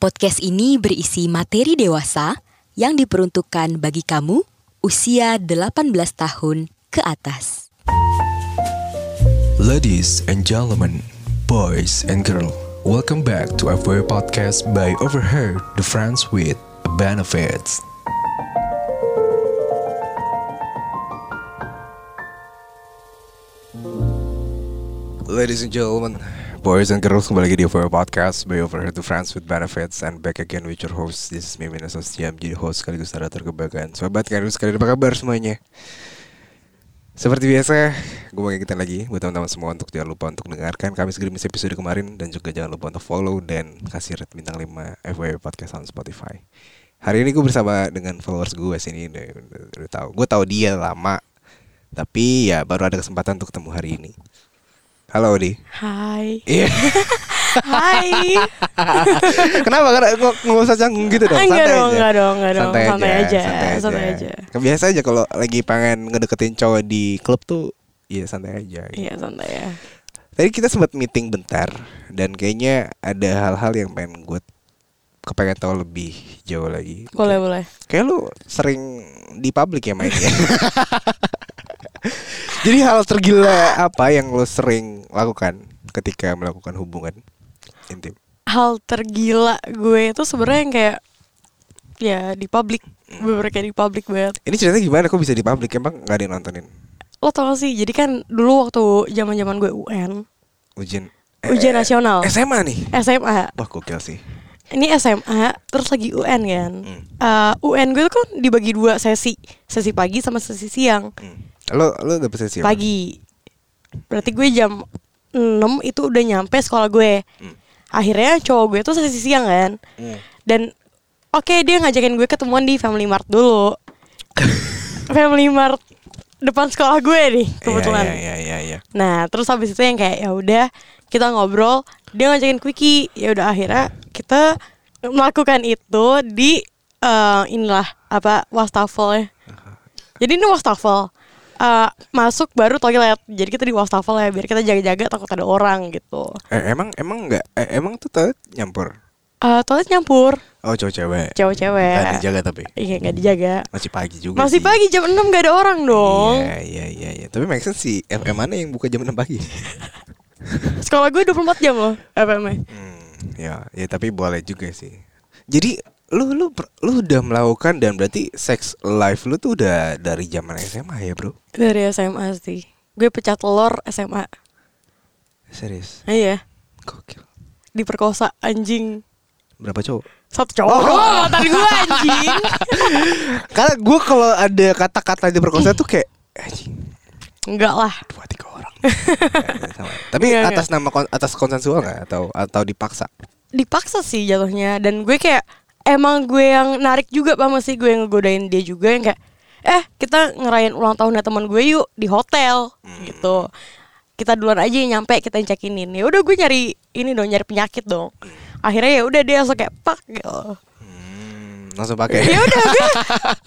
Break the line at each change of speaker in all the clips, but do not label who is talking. Podcast ini berisi materi dewasa yang diperuntukkan bagi kamu usia 18 tahun ke atas.
Ladies and gentlemen, boys and girls, welcome back to our podcast by Overheard the Friends with Benefits. Ladies and gentlemen, boys and girls kembali lagi di Overheard Podcast by Overheard the Friends with Benefits and back again with your host. This is Mimin Asostiam, jadi host sekaligus narator kebanggaan. Sobat kalian sekalian apa kabar semuanya? Seperti biasa, gue mau ingetin lagi buat teman-teman semua untuk jangan lupa untuk dengarkan kami Grimis episode kemarin dan juga jangan lupa untuk follow dan kasih rate bintang 5 FYP Podcast on Spotify. Hari ini gue bersama dengan followers gue sini udah, udah, udah tahu. Gue tahu dia lama, tapi ya baru ada kesempatan untuk ketemu hari ini. Halo Odi.
Hai.
Iya.
Hai.
Kenapa? Karena nggak nggak usah canggung gitu dong.
Ah, enggak
santai
dong,
aja.
enggak dong, enggak dong.
Santai,
Santai
aja,
aja, santai aja.
Biasa aja kalau lagi pengen ngedeketin cowok di klub tuh, ya santai aja. gitu.
Iya santai ya.
Tadi kita sempat meeting bentar dan kayaknya ada hal-hal yang pengen gue kepengen tahu lebih jauh lagi.
Boleh boleh.
Kayak lu sering di publik ya mainnya. Jadi hal tergila apa yang lu sering lakukan ketika melakukan hubungan intim?
Hal tergila gue itu sebenarnya yang kayak ya di publik, bener kayak di publik banget.
Ini ceritanya gimana? Kok bisa di publik? Emang nggak ada yang nontonin?
Lo tau gak sih? Jadi kan dulu waktu zaman-zaman gue UN,
Ujian eh,
ujian nasional, Eh.
SMA nih.
SMA.
Wah gokil sih.
Ini SMA, terus lagi UN kan.
Hmm.
Eh, UN gue tuh kan dibagi dua sesi, sesi pagi sama sesi siang.
Hmm. Lo lo dapet sesi apa? Iya,
pagi. Berarti gue jam 6 itu udah nyampe sekolah gue.
Hmm.
Akhirnya cowok gue tuh sesi siang kan.
Hmm.
Dan oke dia ngajakin gue ketemuan di Family Mart dulu. Family Mart depan sekolah gue nih kebetulan.
Iya iya iya. iya.
Nah, terus habis itu yang kayak ya udah kita ngobrol, dia ngajakin quickie. Ya udah akhirnya kita melakukan itu di eh, inilah apa wastafel ya.
Uh-huh.
Jadi ini wastafel. Eh, masuk baru toilet. Jadi kita di wastafel ya biar kita jaga-jaga takut ada orang gitu.
Eh, emang emang nggak? Eh, emang tuh toilet nyampur?
Eh, toilet nyampur
Oh cowok cewek. Nggak
cewek-cewek.
dijaga tapi
Iya nggak dijaga.
masih pagi juga.
Masih
sih.
pagi jam 6 gak ada orang dong.
Iya iya iya. iya. Tapi make sense sih. FM mana yang buka jam 6 pagi?
Sekolah gue 24 jam loh. Apa namanya?
iya. Hmm, ya ya tapi boleh juga sih. Jadi lu lu per- lu udah melakukan dan berarti sex life lu tuh udah dari zaman SMA ya bro?
Dari SMA sih. Gue pecah telur SMA.
Serius?
Ah, Iya.
Gokil.
diperkosa anjing
Berapa cowok?
satu cowok mantan gue anjing
Karena gue kalau ada kata-kata di perkosa tuh kayak anjing
enggak lah
dua tiga orang. Ya, sama. Tapi
Iya, iya.
atas nama kon- atas konsensual nggak atau atau dipaksa?
dipaksa sih jatuhnya dan gue kayak emang gue yang narik juga paham sih gue yang ngegodain dia juga yang kayak eh kita ngerayain ulang tahunnya teman gue yuk di hotel gitu kita duluan aja yang nyampe kita yang check in ya udah gue nyari ini dong nyari penyakit dong akhirnya ya udah dia langsung kayak pak gitu.
Hmm, langsung pakai.
ya udah gue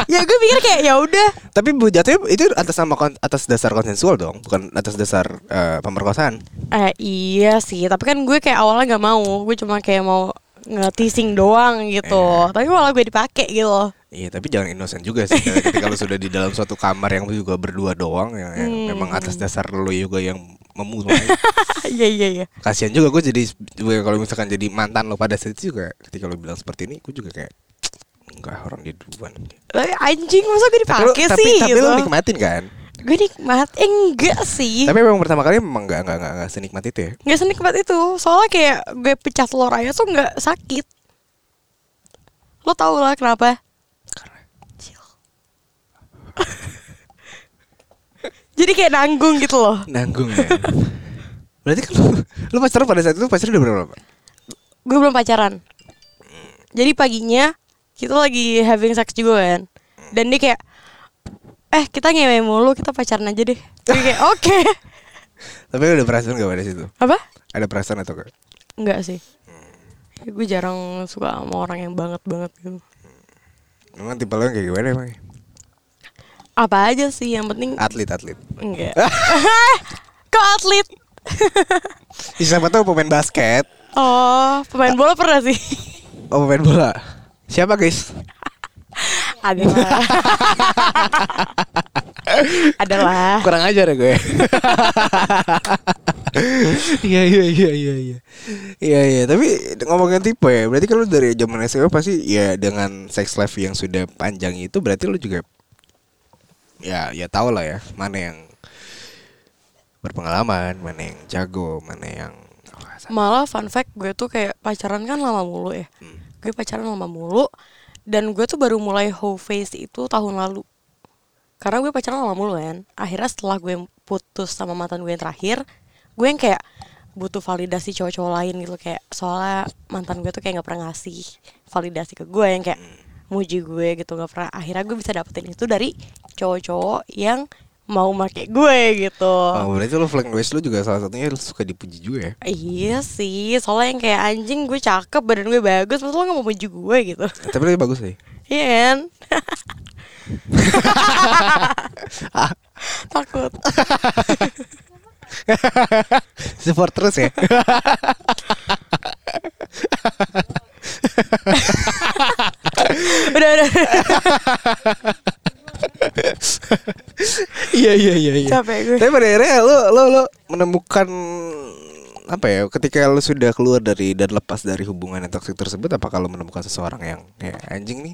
ya gue pikir kayak ya udah
Tapi bu jatuhnya itu atas nama kon- atas dasar konsensual dong, bukan atas dasar eh, pemerkosaan.
Eh iya sih, tapi kan gue kayak awalnya nggak mau, gue cuma kayak mau nge-teasing doang gitu. Tapi malah gue dipakai gitu. loh.
Iya, tapi jangan innocent juga sih. Ketika lu sudah di dalam suatu kamar yang juga berdua doang, yang, yang
Hmm.
memang atas dasar lu juga yang memulai.
Iya iya iya.
Kasihan juga gue jadi gue kalau misalkan jadi mantan lo pada saat itu juga ketika lo bilang seperti ini, gue juga kayak enggak orang dia duluan.
Tapi anjing masa gue
Tapi lu,
dipakai
tapi,
sih
tapi
gitu.
lu nikmatin kan?
Gue nikmat, eh, enggak sih.
Tapi memang pertama kali memang enggak enggak enggak, enggak senikmat itu ya.
Enggak senikmat itu. Soalnya kayak gue pecah telur aja tuh enggak sakit. Lo tau lah kenapa? Cil. Jadi kayak nanggung gitu loh.
Nanggung ya. Berarti kan lu, lu pacaran pada saat itu pacaran udah berapa? lama?
gue belum pacaran jadi paginya kita lagi having sex juga kan dan dia kayak eh kita ngewe mulu kita pacaran aja deh gue kayak oke
Tapi lu udah perasaan gak pada situ?
apa
Ada perasaan atau enggak?
enggak sih gue jarang suka sama orang yang banget banget gitu
Memang tipe lo yang kayak gimana emang?
apa aja sih yang penting
Atlet atlet.
enggak kok atlet
Ih, Siapa tahu pemain basket.
oh pemain bola pernah sih
Oh pemain bola. Siapa guys?
Adalah. Adalah.
Kurang ajar ya gue. Iya iya iya iya iya. Iya iya, tapi ngomongin tipe ya. Berarti kalau dari zaman SMA pasti ya dengan sex life yang sudah panjang itu berarti lu juga ya ya tau lah ya mana yang berpengalaman, mana yang jago, mana yang oh,
Malah fun fact gue tuh kayak pacaran kan lama mulu ya.
Hmm.
Gue pacaran lama mulu dan gue tuh baru mulai whole face itu tahun lalu. Karena gue pacaran lama mulu kan. Akhirnya setelah gue putus sama mantan gue yang terakhir, gue yang kayak butuh validasi cowok-cowok lain gitu kayak soalnya mantan gue tuh kayak nggak pernah ngasih validasi ke gue yang kayak
Hmm.
muji gue gitu nggak pernah akhirnya gue bisa dapetin itu dari cowok-cowok yang mau make gue gitu
Oh, berarti lu flank waist lu juga salah satunya lu suka dipuji juga ya.
Iya sih, soalnya yang kayak anjing gue cakep, badan gue bagus, masa lo gak mau muji gue gitu
Tapi lebih bagus sih.
Iya kan? Takut
Support terus ya.
Udah, udah,
Iya iya iya iya.
capek gue
Tapi pada akhirnya lo lo lo menemukan apa ya ketika lo sudah keluar dari dan lepas dari hubungan yang toksik tersebut apa kalau menemukan seseorang yang kayak anjing nih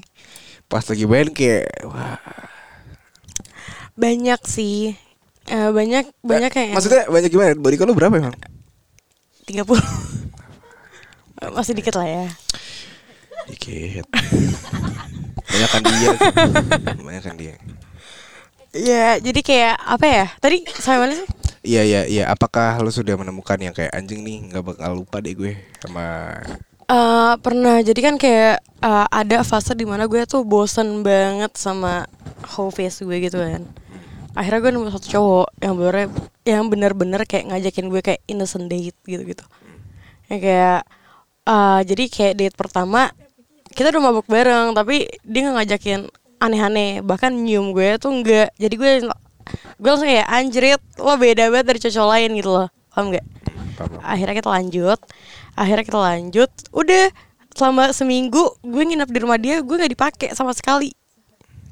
pas lagi main kayak wah
Banyak sih Eh, Banyak, banyak kayak
maksudnya banyak gimana body count lo berapa emang
30 Masih dikit lah ya
dikit banyak kan dia banyak kan dia
Iya, jadi kayak apa ya? Tadi sampai mana sih?
iya iya iya apakah lo sudah menemukan yang kayak anjing nih nggak bakal lupa deh gue sama
Eh, pernah jadi kan kayak eh, ada fase dimana gue tuh bosen banget sama whole face gue gitu kan akhirnya gue nemu satu cowok yang bener yang bener-bener kayak ngajakin gue kayak innocent date gitu gitu yang kayak eh, jadi kayak date pertama kita udah mabuk bareng tapi dia nggak ngajakin aneh-aneh bahkan nyium gue tuh enggak jadi gue gue langsung kayak anjrit lo beda banget dari cowok lain gitu loh paham gak
Paham.
akhirnya kita lanjut akhirnya kita lanjut udah selama seminggu gue nginep di rumah dia gue nggak dipakai sama sekali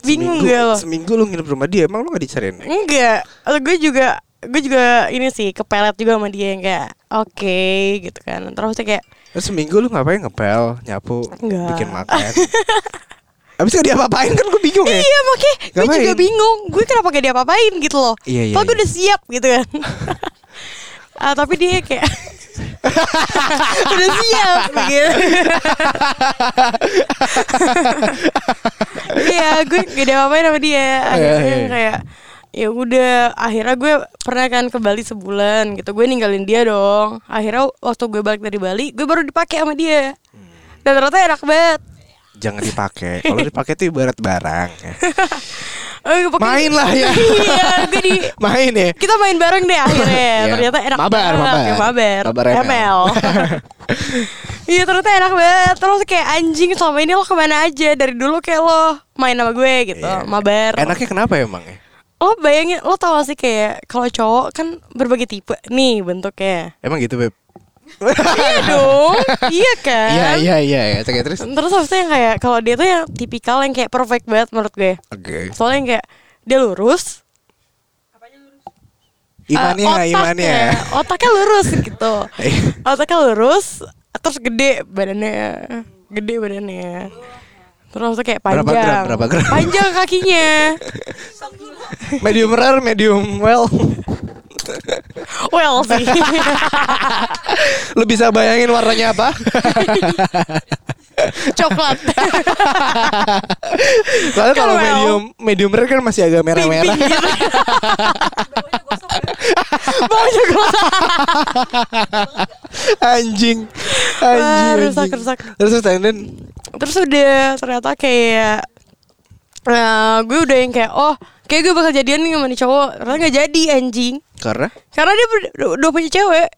bingung
seminggu,
gak lo
seminggu lo nginep di rumah dia emang lo gak dicariin
enggak Eh, gue juga gue juga ini sih kepelet juga sama dia yang kayak oke gitu kan terus dia kayak
Terus seminggu lu ngapain ngepel, nyapu,
Enggak.
bikin makan. Abis itu dia apa-apain kan gue bingung ya.
iya makanya gue
Ngapain?
juga bingung gue kenapa gak diapa-apain gitu loh
Iya, iya,
Padahal gue
iya.
udah siap gitu kan Ah, tapi dia kayak udah siap gitu. begitu iya gue gak diapa-apain sama dia akhirnya
Iya, iya.
kayak ya udah akhirnya gue pernah kan ke Bali sebulan gitu gue ninggalin dia dong akhirnya waktu gue balik dari Bali gue baru dipakai sama dia dan ternyata enak banget
Jangan dipakai. Kalau dipakai tuh ibarat barang. ya.
Eh, pokoknya-
Main lah ya.
iya gue di
Main ya.
kita main bareng deh akhirnya
Iya.
ternyata enak
Mabar,
banget
mabar.
Ya, mabar
Mabar ML.
iya ternyata enak banget terus kayak anjing selama ini lo kemana aja dari dulu kayak lo main sama gue gitu
Iya.
mabar
Enaknya kenapa emang ya?
lo bayangin lo tau gak sih kayak kalau cowok kan berbagai tipe nih bentuknya
Emang gitu beb.
iya dong iya kan
Iya iya iya. iya. Oke terus.
terus habisnya yang kayak kalau dia tuh yang tipikal yang kayak perfect banget menurut gue
Oke.
soalnya yang kayak dia lurus
Imannya,
Eh,
imannya. Iya.
otaknya lurus gitu otaknya lurus terus gede badannya gede badannya terus kayak
Berapa
panjang
gram, berapa gram?
panjang kakinya
medium rare, medium well.
well sih
Lu bisa bayangin warnanya apa?
coklat
Soalnya
Kan
kalau
well.
medium medium rare kan masih agak merah-merah.
gitu. baunya gosok
anjing. Anjing.
Wah,
anjing.
rusak, rusak.
Terus terus and then,
terus udah ternyata kayak eh, gue udah yang kayak oh kayak gue bakal jadian nih sama nih cowok ternyata nggak jadi anjing
karena
karena dia ber- udah punya cewek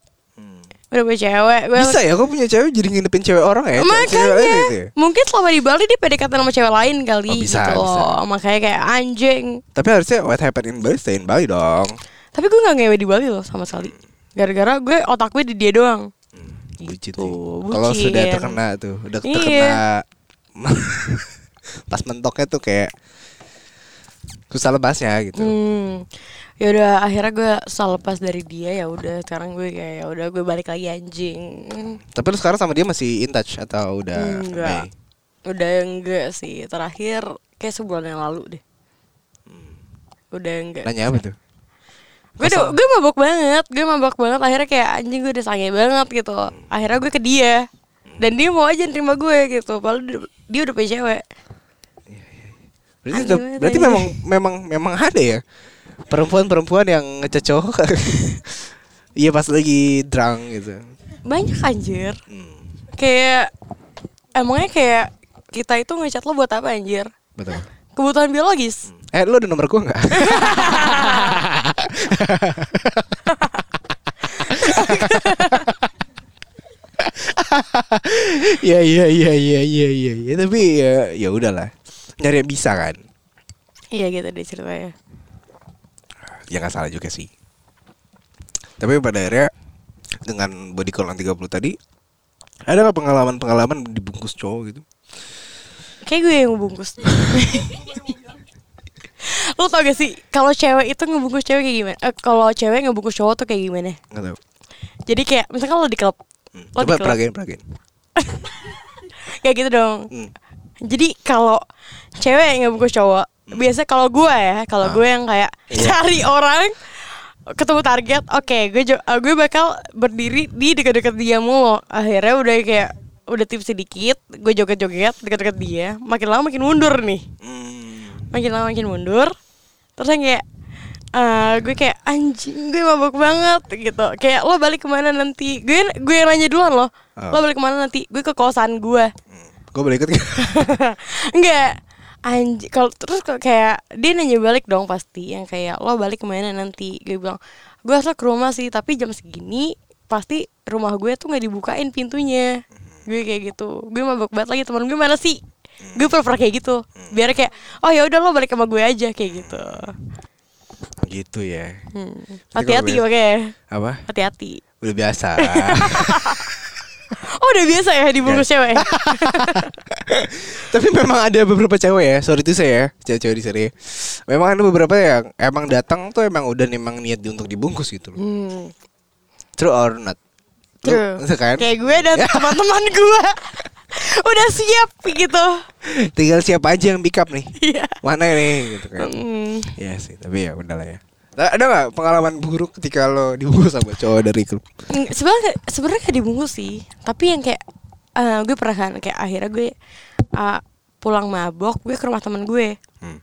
udah punya cewek gue
Bisa ya, kok punya cewek jadi nginepin cewek orang ya? Cewek- cewek lain
Makanya
gitu ya?
Mungkin selama di Bali dia PDKT sama cewek lain kali
Oh, bisa,
gitu loh.
bisa.
Makanya kayak anjing
Tapi harusnya what happened in Bali stay in Bali dong.
Tapi gue gak ngewe di Bali loh sama sekali Gara-gara gue otak gue di dia doang
bucin
Gitu,
sih. Kalau
bucin.
sudah terkena tuh, udah
Iya.
terkena pas mentoknya tuh kayak susah lepasnya gitu.
Hmm. Ya udah akhirnya gue selalu lepas dari dia ya udah sekarang gue kayak ya udah gue balik lagi anjing.
Tapi lu sekarang sama dia masih in touch atau udah
Enggak.
bye?
Udah enggak sih. Terakhir kayak sebulan yang lalu deh.
Hmm.
Udah enggak.
Nanya apa tuh?
Gue udah- gue mabok banget, gue mabok banget akhirnya kayak anjing gue udah sange banget gitu. Akhirnya gue ke dia. Dan dia mau aja nerima gue gitu. Padahal dia- dia udah punya cewek.
Berarti,
Aneh
tetap-
banget
berarti
aja.
memang memang memang ada ya perempuan-perempuan yang ngecocok. Iya pas lagi drunk gitu.
Banyak anjir. Kayak emangnya kayak kita itu ngechat lo buat apa anjir?
Betul.
Kebutuhan biologis.
Eh lu ada nomor gua enggak? Iya iya iya iya iya iya ya, tapi ya ya udahlah. Nyari yang bisa kan.
Iya gitu deh ceritanya.
Ya nggak salah juga sih. Tapi pada akhirnya dengan body call yang 30 tadi ada nggak pengalaman-pengalaman dibungkus cowok gitu?
Kayak gue yang ngebungkus. lo tau gak sih kalau cewek itu ngebungkus cewek kayak gimana? Eh, kalau cewek ngebungkus cowok tuh kayak gimana?
Nggak tahu.
Jadi kayak misalkan lo di klub.
Hmm.
Lo Oh, di
Coba
klub.
peragain peragain.
Kayak gitu dong.
Hmm.
Jadi kalau cewek yang ngebungkus cowok, biasa kalau gue ya, kalau gue yang kayak cari orang ketemu target, oke, gue jo- eh, gue bakal berdiri di dekat-dekat dia mulu. Akhirnya udah kayak udah tips sedikit, gue joget-joget dekat-dekat dia, makin lama makin mundur nih. Makin lama makin mundur. Terus yang kayak eh, gue kayak anjing gue mabok banget gitu kayak lo balik kemana nanti gue gue yang nanya duluan lo lo balik kemana nanti gue ke kosan gue
Gue boleh ikut nggak?
Enggak Anjir, kalau terus kalau kayak dia nanya balik dong pasti yang kayak lo balik kemana nanti gue bilang gue asal ke rumah sih tapi jam segini pasti rumah gue tuh nggak dibukain pintunya
Hmm.
gue kayak gitu gue mabok banget lagi teman gue mana sih gue pura-pura kayak gitu
Hmm.
biar kayak oh ya udah lo balik sama gue aja kayak gitu
gitu ya.
Hmm.
kalau
hati-hati
biasa-
makanya
Apa?
hati-hati
Udah biasa.
oh udah biasa ya
Kan.
dibungkus cewek
Tapi memang ada beberapa cewek ya, sorry itu saya ya, cewek-cewek di sini. Memang ada beberapa yang emang datang tuh emang udah memang niat di- untuk dibungkus gitu loh.
Hmm.
True or not? Lu-
True.
itu kan?
Kayak gue dan teman-teman gue udah siap gitu.
Tinggal siapa aja yang pick up nih.
Iya.
Mana nih gitu kan.
Hmm.
Iya sih, tapi ya udahlah ya. Nah, ada nggak pengalaman buruk ketika lo dibungkus sama cowok dari klub?
Nggak, Sebenarnya nggak- sebenarnya gak dibungkus sih, tapi yang kayak eh, gue pernah kan kayak akhirnya gue eh, pulang mabok gue ke rumah teman gue.
Hmm.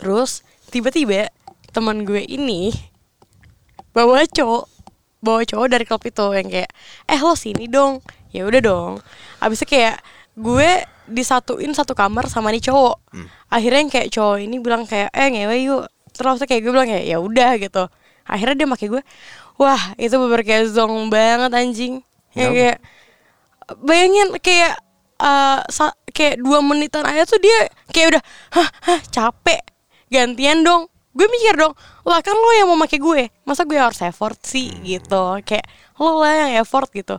Terus tiba-tiba teman gue ini bawa cowok bawa cowok dari klub itu yang kayak eh lo sini dong ya udah dong abisnya kayak gue disatuin satu kamar sama nih cowok akhirnya yang kayak cowok ini bilang kayak eh ngewe yuk terus kayak gue bilang kayak ya udah gitu akhirnya dia pakai gue wah itu bener kayak zong banget anjing yang
Kenapa?
kayak bayangin kayak eh, sa- kayak dua menitan aja tuh dia kayak udah hah, hah capek gantian dong gue mikir dong lah kan lo yang mau pakai gue masa gue harus effort sih gitu kayak lo lah yang effort gitu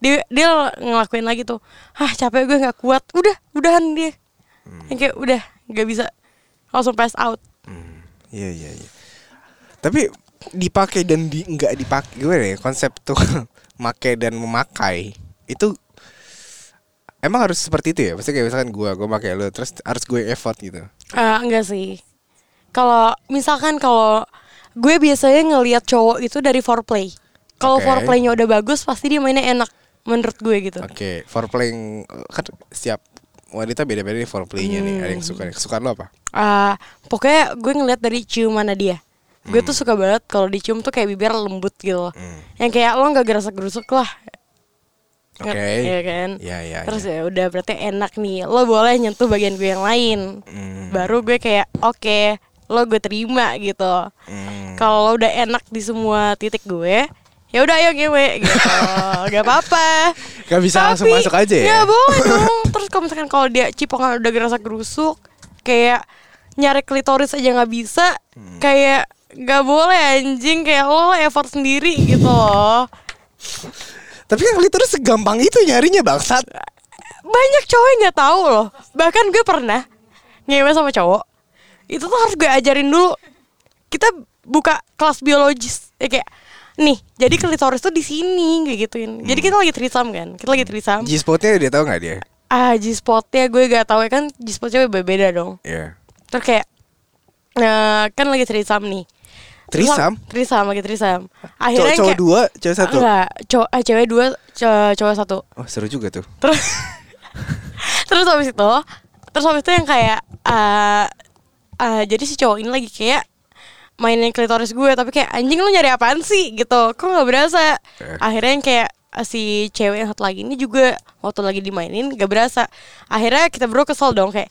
dia dia ngelakuin lagi tuh hah capek gue nggak kuat udah udahan dia Yang kayak udah nggak bisa langsung pass out
Iya iya iya. Tapi dipakai dan di nggak dipakai gimana ya konsep tuh make dan memakai itu emang harus seperti itu ya maksudnya kayak misalkan gua gua pakai lu terus harus gue effort gitu
Eh, enggak sih. Kalau misalkan kalau gue biasanya ngelihat cowok itu dari foreplay. Kalau
Oke.
foreplaynya udah bagus pasti dia mainnya enak menurut gue gitu.
oke foreplaying kan setiap wanita beda-beda nih foreplaynya nih ada yang suka suka lo apa
Eh, pokoknya gue ngelihat dari ciumannya dia. Gue
Hmm.
tuh suka banget kalau dicium tuh kayak bibir lembut gitu loh. Yang kayak lo nggak gerasa gerusuk lah.
oke
Iya kan?
Iya, iya,
Terus ya
iya.
udah berarti enak nih. Lo boleh nyentuh bagian gue yang lain.
Hmm.
Baru gue kayak oke, lo gue terima gitu.
Hmm.
Kalau lo udah enak di semua titik gue, ya udah ayo gue gitu. Gak apa-apa.
Gak bisa langsung
Tapi,
masuk aja ya?
nggak boleh dong. Terus kalau misalkan kalau dia cipongan udah gerasa gerusuk, kayak nyari klitoris aja nggak bisa,
Hmm.
kayak nggak boleh anjing kayak lo effort sendiri gitu loh.
Tapi kan klitoris segampang itu nyarinya bangsat.
banyak cowok yang nggak tahu loh bahkan gue pernah ngewe sama cowok itu tuh harus gue ajarin dulu kita buka kelas biologis ya kayak nih jadi klitoris tuh di sini kayak gituin
Hmm.
jadi kita lagi terisam kan kita lagi terisam
G-spotnya dia tahu nggak dia?
ah g spotnya gue gak tahu ya kan g spotnya beda dong
Iya.
terus kayak eh, kan lagi terisam nih Terus-
Trisam?
terisam lagi terisam
Cowok
akhirnya
cowok
kayak-
dua, cowok satu.
enggak cowok ah, cewek dua cowok, cowok satu
Oh seru juga tuh.
terus terus habis itu terus habis itu yang kayak eh eh, jadi si cowok ini lagi kayak mainin klitoris gue tapi kayak anjing lu nyari apaan sih gitu kok nggak berasa
Eh.
akhirnya yang kayak eh, si cewek yang satu lagi ini juga waktu lagi dimainin gak berasa akhirnya kita bro kesel dong kayak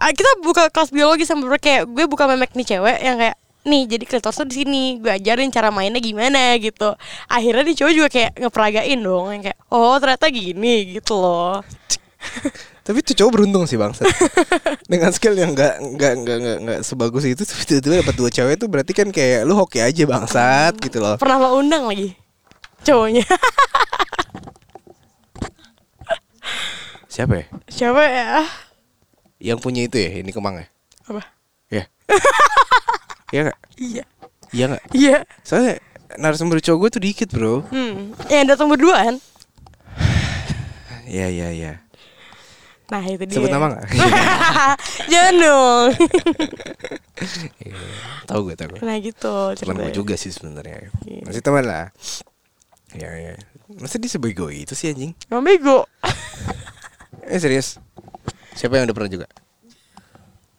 ah, kita buka kelas biologi sama bro kayak gue buka memek nih cewek yang kayak nih jadi klitoris tuh di sini gue ajarin cara mainnya gimana gitu akhirnya nih cowok juga kayak ngeperagain dong yang kayak oh ternyata gini gitu loh
Tapi tuh cowok beruntung sih bangsat. Dengan skill yang nggak nggak nggak nggak nggak sebagus itu terus tiba-tiba dapat dua cewek tuh berarti kan kayak lu hoki aja bangsat gitu loh.
pernah lo undang lagi cowoknya
Siapa ya?
siapa ya
Yang punya itu ya, ini Kemang ya?
apa
Iya. Iya nggak?
iya
Iya nggak?
iya
Soalnya narasumber cowok gue tuh dikit bro.
hmm yang datang berduaan
Iya iya iya.
Nah itu dia
Sebut nama nggak?
Jangan dong
Tahu gue tahu gue.
Nah gitu
Teman
ceritanya.
gue juga sih sebenarnya.
Iya.
Masih teman lah. Iya iya. Masa dia sebego itu sih anjing?
Emang bego
Eh serius? Siapa yang udah pernah juga?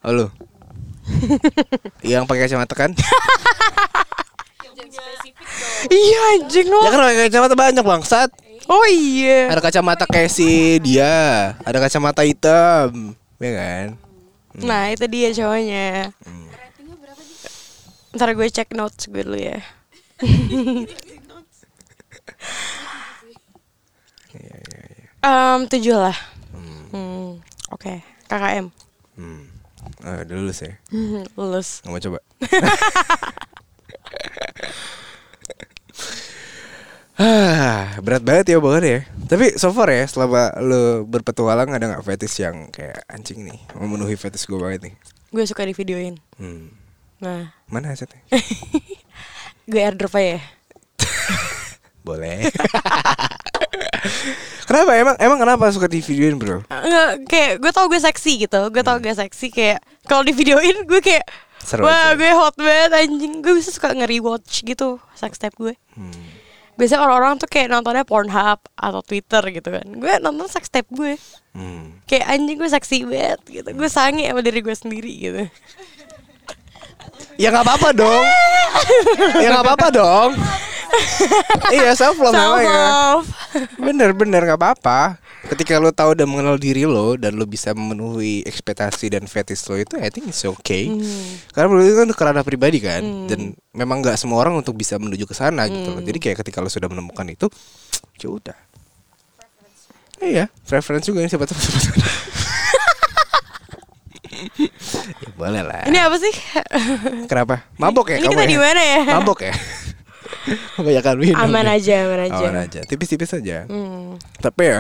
Oh lu? yang pakai kacamata kan?
Iya anjing
ya
lo
kan pakai kacamata banyak bangsat.
Oh iya
Ada kacamata kayak si dia, ada kacamata hitam, ya kan?
Nah itu dia cowoknya
Hmm.
Ntar gue cek notes gue dulu ya
Iya, iya,
Em, Tujuh lah Hmm, Oke KKM
Hmm. Ah, udah lulus ya?
Lulus
Nggak mau coba? Ah, berat banget ya banget ya. Tapi so far ya selama lu berpetualang ada nggak fetish yang kayak anjing nih memenuhi fetish gue banget nih.
Gue suka di videoin
Hmm.
Nah
Mana asetnya?
Gue airdrop aja ya
Boleh. kenapa emang emang kenapa suka di videoin bro?
Enggak, kayak gue tau gue seksi gitu Gue tau gue seksi kayak kalau di videoin gue kayak
Hmm. Seru
Wah
aja.
gue hot banget anjing Gue bisa suka nge-rewatch gitu sex tape gue
Hmm.
Biasanya orang-orang tuh kayak nontonnya Pornhub atau Twitter gitu kan Gue nonton sex tape gue
Hmm.
Kayak anjing gue seksi banget gitu Gue sange sama diri gue sendiri gitu
Ya nggak apa-apa dong. ya nggak apa-apa dong. iya self love
Self
memang ya.
love
Bener bener nggak apa-apa. Ketika lo tahu dan mengenal diri lo dan lo bisa memenuhi ekspektasi dan fetish lo itu, I think it's okay.
Hmm.
Karena menurut itu kan kerana pribadi kan, dan memang nggak semua orang untuk bisa menuju ke sana gitu
Hmm.
loh. Jadi kayak ketika lo sudah menemukan itu, ya udah. Iya, preference juga ini siapa tahu siapa tahu. ya boleh lah.
Ini apa sih?
Kenapa? Mabok ya
Ini
kamu
kita
ya?
di mana ya?
Mabok ya? Kebanyakan minum
aman
ya?
aja, aman aja
Aman aja Tipis-tipis aja
Hmm.
Tapi ya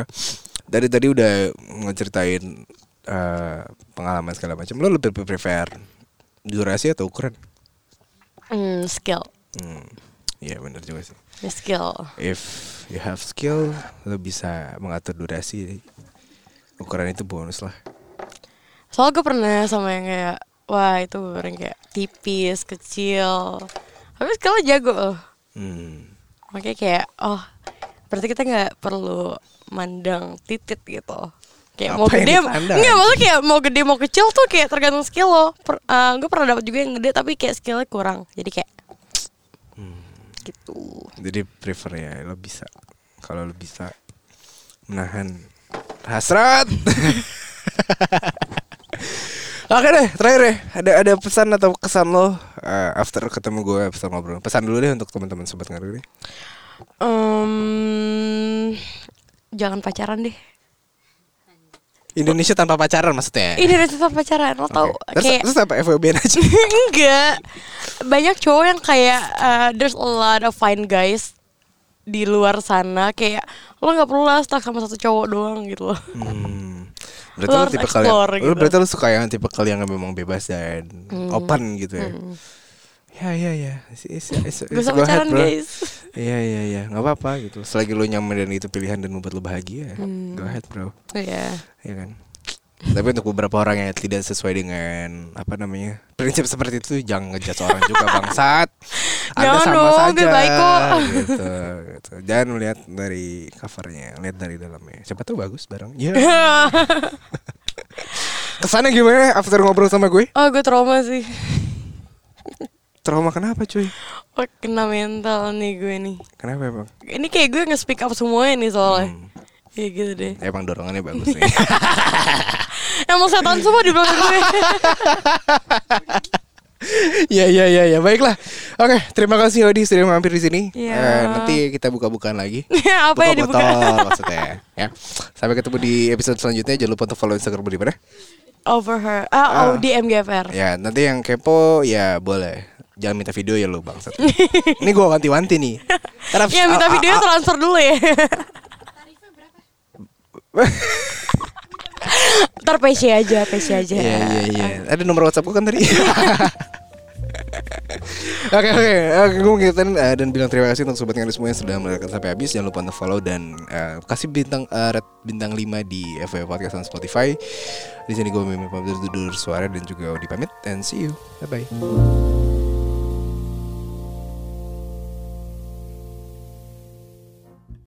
Dari tadi udah ngeceritain eh, Pengalaman segala macam Lo lebih prefer Durasi atau ukuran?
Hmm, skill
Hmm. Iya bener juga sih
Skill
If you have skill Lo bisa mengatur durasi Ukuran itu bonus lah
Soalnya gue pernah sama yang kayak Wah itu orang kayak tipis, kecil Tapi kalau jago loh
hmm.
Makanya kayak oh berarti kita nggak perlu mandang titit gitu Kayak mau
Apa yang
gede,
dipandang?
nggak maksudnya kayak mau gede mau kecil tuh kayak tergantung skill lo. Per, gue pernah dapat juga yang gede tapi kayak skillnya kurang, jadi kayak
Hmm.
gitu.
Jadi prefer ya Lo bisa Kalau lo bisa Menahan Hasrat Oke deh, terakhir deh. Ada ada pesan atau kesan lo eh, after ketemu gue after ngobrol. Pesan dulu deh untuk teman-teman sobat ngaruh deh.
Em, Mmm, jangan pacaran deh.
Indonesia tanpa pacaran maksudnya.
Ini udah tetap pacaran lo tau
Oke. Terus,
kayak
terus apa FWB aja?
eh, enggak banyak cowok yang kayak uh, there's a lot of fine guys di luar sana kayak lo nggak perlu lah stuck sama satu cowok doang gitu loh.
Hmm.
Lo
Berarti lu
harus
tipe kalian,
explore
lu
gitu. Hmm.
berarti lu suka yang tipe kalian yang memang bebas dan open gitu ya. Ya ya ya. It's, it's, it's,
Gak
it's
usah
go ahead,
pacaran
bro.
guys.
Iya iya iya, nggak apa-apa gitu. Selagi lu nyaman dan itu pilihan dan membuat lu bahagia,
Hmm.
go ahead bro.
Iya.
Iya kan. Tapi untuk beberapa orang yang tidak sesuai dengan apa namanya prinsip seperti itu jangan ngejudge orang juga bangsat. Anda
Jangan
sama
dong,
saja.
gue baik kok.
Gitu, gitu. Jangan melihat dari covernya, lihat dari dalamnya. Siapa tahu bagus bareng. Iya. Kesannya gimana after ngobrol sama gue?
Oh gue trauma sih.
Trauma kenapa cuy?
Wah, kena mental nih gue nih.
Kenapa emang?
Ini kayak gue nge-speak up semuanya nih soalnya. Ya gitu deh.
Emang dorongannya bagus nih.
Emang setan semua di belakang gue.
Ya ya ya ya baiklah. Oke, terima kasih Odi sudah mampir di sini.
Iya.
Eh, nanti kita buka-bukaan lagi.
Apa
Buka
yang dibuka?
botol maksudnya. ya. Sampai ketemu di episode selanjutnya. Jangan lupa untuk follow Instagram di mana?
Over her. Ah, Audi MGFR.
Ya, nanti yang kepo ya boleh. Jangan minta video ya lu bangsat. Ini gua wanti-wanti nih. Ntar abis-
Ya minta
a- a-
video
a-
transfer dulu ya. Ntar PC aja, PC aja.
Iya iya iya. Ada nomor WhatsApp gua kan tadi. Oke oke, oke gue mengingatkan eh, dan bilang terima kasih untuk sobat ngadu semua yang sudah mendengarkan sampai habis. Jangan lupa untuk follow dan eh, kasih bintang eh, red bintang 5 di FW Podcast dan Spotify. Di sini gue memimpin pamit undur suara dan juga Odi pamit and see you. Bye bye.